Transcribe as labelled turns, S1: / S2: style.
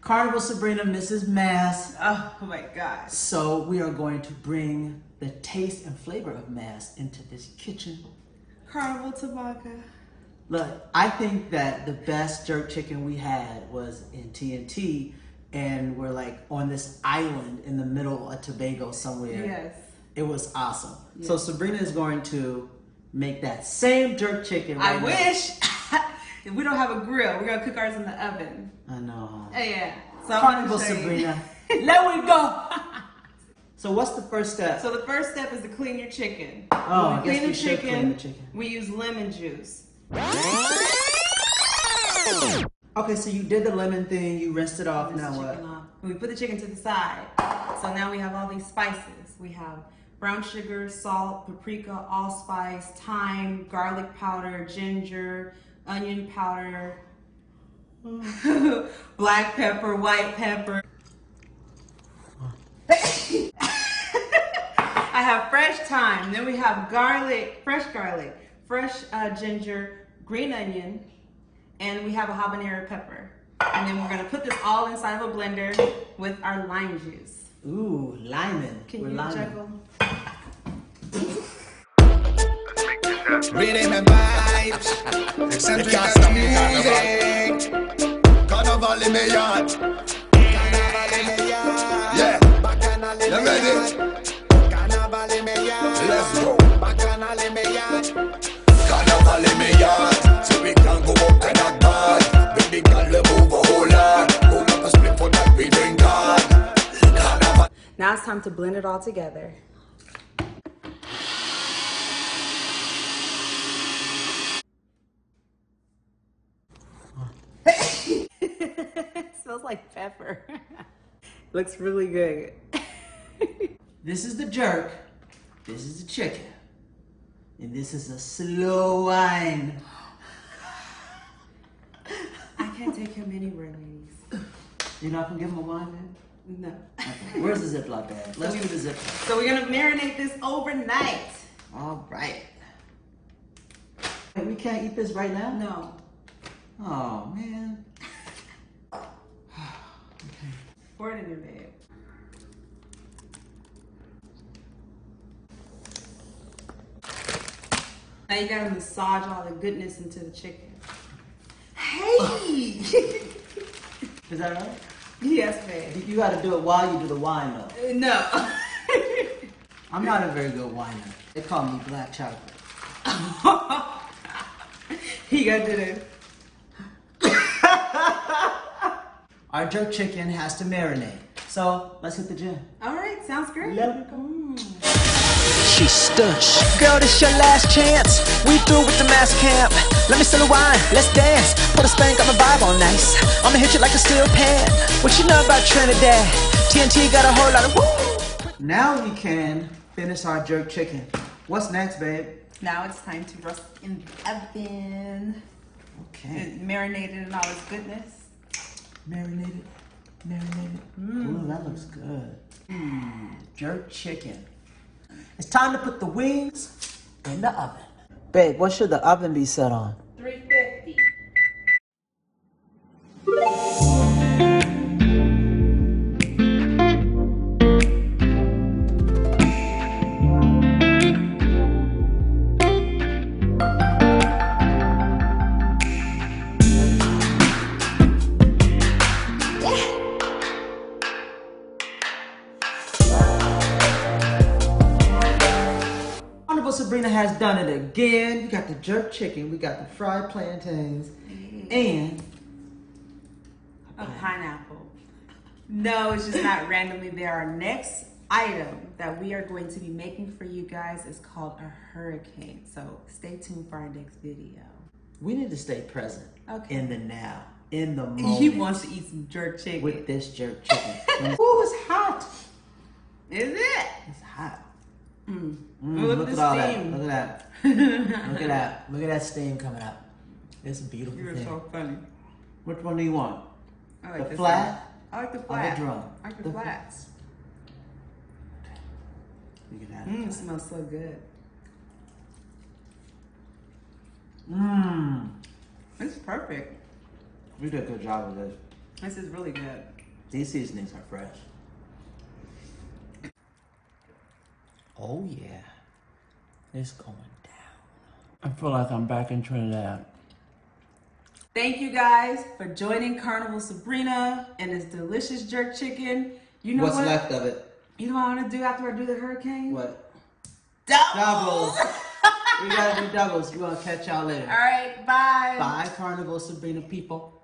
S1: Carnival Sabrina misses Mass.
S2: Oh, my gosh.
S1: So we are going to bring the taste and flavor of Mass into this kitchen.
S2: Carnival Tabaka.
S1: Look, I think that the best jerk chicken we had was in TNT, and we're like on this island in the middle of Tobago somewhere.
S2: Yes.
S1: It was awesome. So Sabrina is going to make that same jerk chicken.
S2: I
S1: right now.
S2: wish. if we don't have a grill, we're going to cook ours in the oven.
S1: I know.
S2: Oh, yeah. So I'm
S1: Carnival
S2: gonna show you.
S1: Sabrina. Let we go. So what's the first step?
S2: So the first step is to clean your chicken.
S1: Oh,
S2: When
S1: I guess we should clean the chicken.
S2: We use lemon juice.
S1: okay, so you did the lemon thing. You rinsed it off.
S2: Rinse the
S1: Now what?
S2: chicken off. And we put the chicken to the side. So now we have all these spices. We have brown sugar, salt, paprika, allspice, thyme, garlic powder, ginger, onion powder, black pepper, white pepper. I have fresh thyme. Then we have garlic, fresh garlic, fresh uh, ginger, green onion, and we have a habanero pepper. And then we're gonna put this all inside of a blender with our lime juice.
S1: Ooh, limon.
S2: Can
S1: We're
S2: you
S1: limon.
S2: juggle?
S3: Reading the vibes, eccentric as the music. Carnival in the yard. Yeah, you ready? Let's go. Carnival in the yard, so we can go out to that bar. Baby girl, we move a whole lot. Move up a split for that we drink hard. Carnival.
S2: Now it's time to blend it all together. smells like pepper. Looks really good.
S1: This is the jerk. This is the chicken. And this is a slow wine.
S2: I can't take him anywhere, ladies.
S1: You're not gonna give him a wine, man?
S2: No.
S1: Okay. Where's the Ziploc bag? Let's do the Ziploc.
S2: So we're gonna marinate this overnight.
S1: All right. Hey, We can't eat this right now?
S2: No.
S1: Oh, man.
S2: Pour it in your bed. Now you gotta massage all the goodness into the chicken. Hey!
S1: Is that right?
S2: yes, babe.
S1: You- You gotta do it while you do the wine, though.
S2: Uh, No.
S1: I'm not a very good winer. They call me black chocolate.
S2: he got to do
S1: Our jerk chicken has to marinate. So let's hit the gym.
S2: Alright, sounds great. Mm.
S1: Let it go.
S4: She stush. Girl, this your last chance. We through with the mass camp. Let me sell a wine. Let's dance. Put a spank on my vibe all nice. I'ma hit you like a steel pan. What you know about Trinidad? TNT got a whole lot of woo.
S1: Now we can finish our jerk chicken. What's next, babe?
S2: Now it's time to roast in the oven.
S1: Okay.
S2: It's marinated in all its goodness.
S1: Marinated. Marinated. Ooh, that looks good. Mmm, jerk chicken. It's time to put the wings in the oven. Babe, what should the oven be set on?
S2: 350.
S1: Honorable Sabrina has done it again. We got the jerk chicken, we got the fried plantains,
S2: Mm-hmm.
S1: and
S2: A pineapple. No, it's just not randomly there. Our next item that we are going to be making for you guys is called a hurricane. So stay tuned for our next video.
S1: we need to stay present
S2: Okay.
S1: in the now, in the moment.
S2: He wants to eat some jerk chicken.
S1: Oh. with this jerk chicken. Ooh, it's hot.
S2: Is it?
S1: It's hot.
S2: Mm.
S1: Mm,
S2: Look,
S1: Look
S2: at
S1: at
S2: the
S1: all
S2: steam.
S1: that. Look at that. Look at that. Look at that steam coming out. It's a beautiful
S2: You're
S1: thing.
S2: so funny.
S1: Which one do you want?
S2: I like
S1: The
S2: this
S1: flat
S2: one. I like the
S1: Or the
S2: flat.
S1: drum?
S2: I like the,
S1: The fl-
S2: flats.
S1: You can have
S2: Mm, it
S1: it.
S2: smells so good.
S1: Mmm.
S2: It's perfect.
S1: Mmm. We did a good job with this.
S2: This is really good.
S1: These seasonings are fresh. Oh yeah, it's going down.
S5: I feel like I'm back in Trinidad.
S2: Thank you guys for joining Carnival Sabrina and this delicious jerk chicken. You know
S6: What's
S2: what?
S6: left of it?
S2: You know what I want to do after I do the hurricane?
S6: What?
S2: Double.
S6: Doubles. we gotta do doubles. We gonna catch y'all later.
S2: All right. Bye.
S6: Bye, Carnival Sabrina people.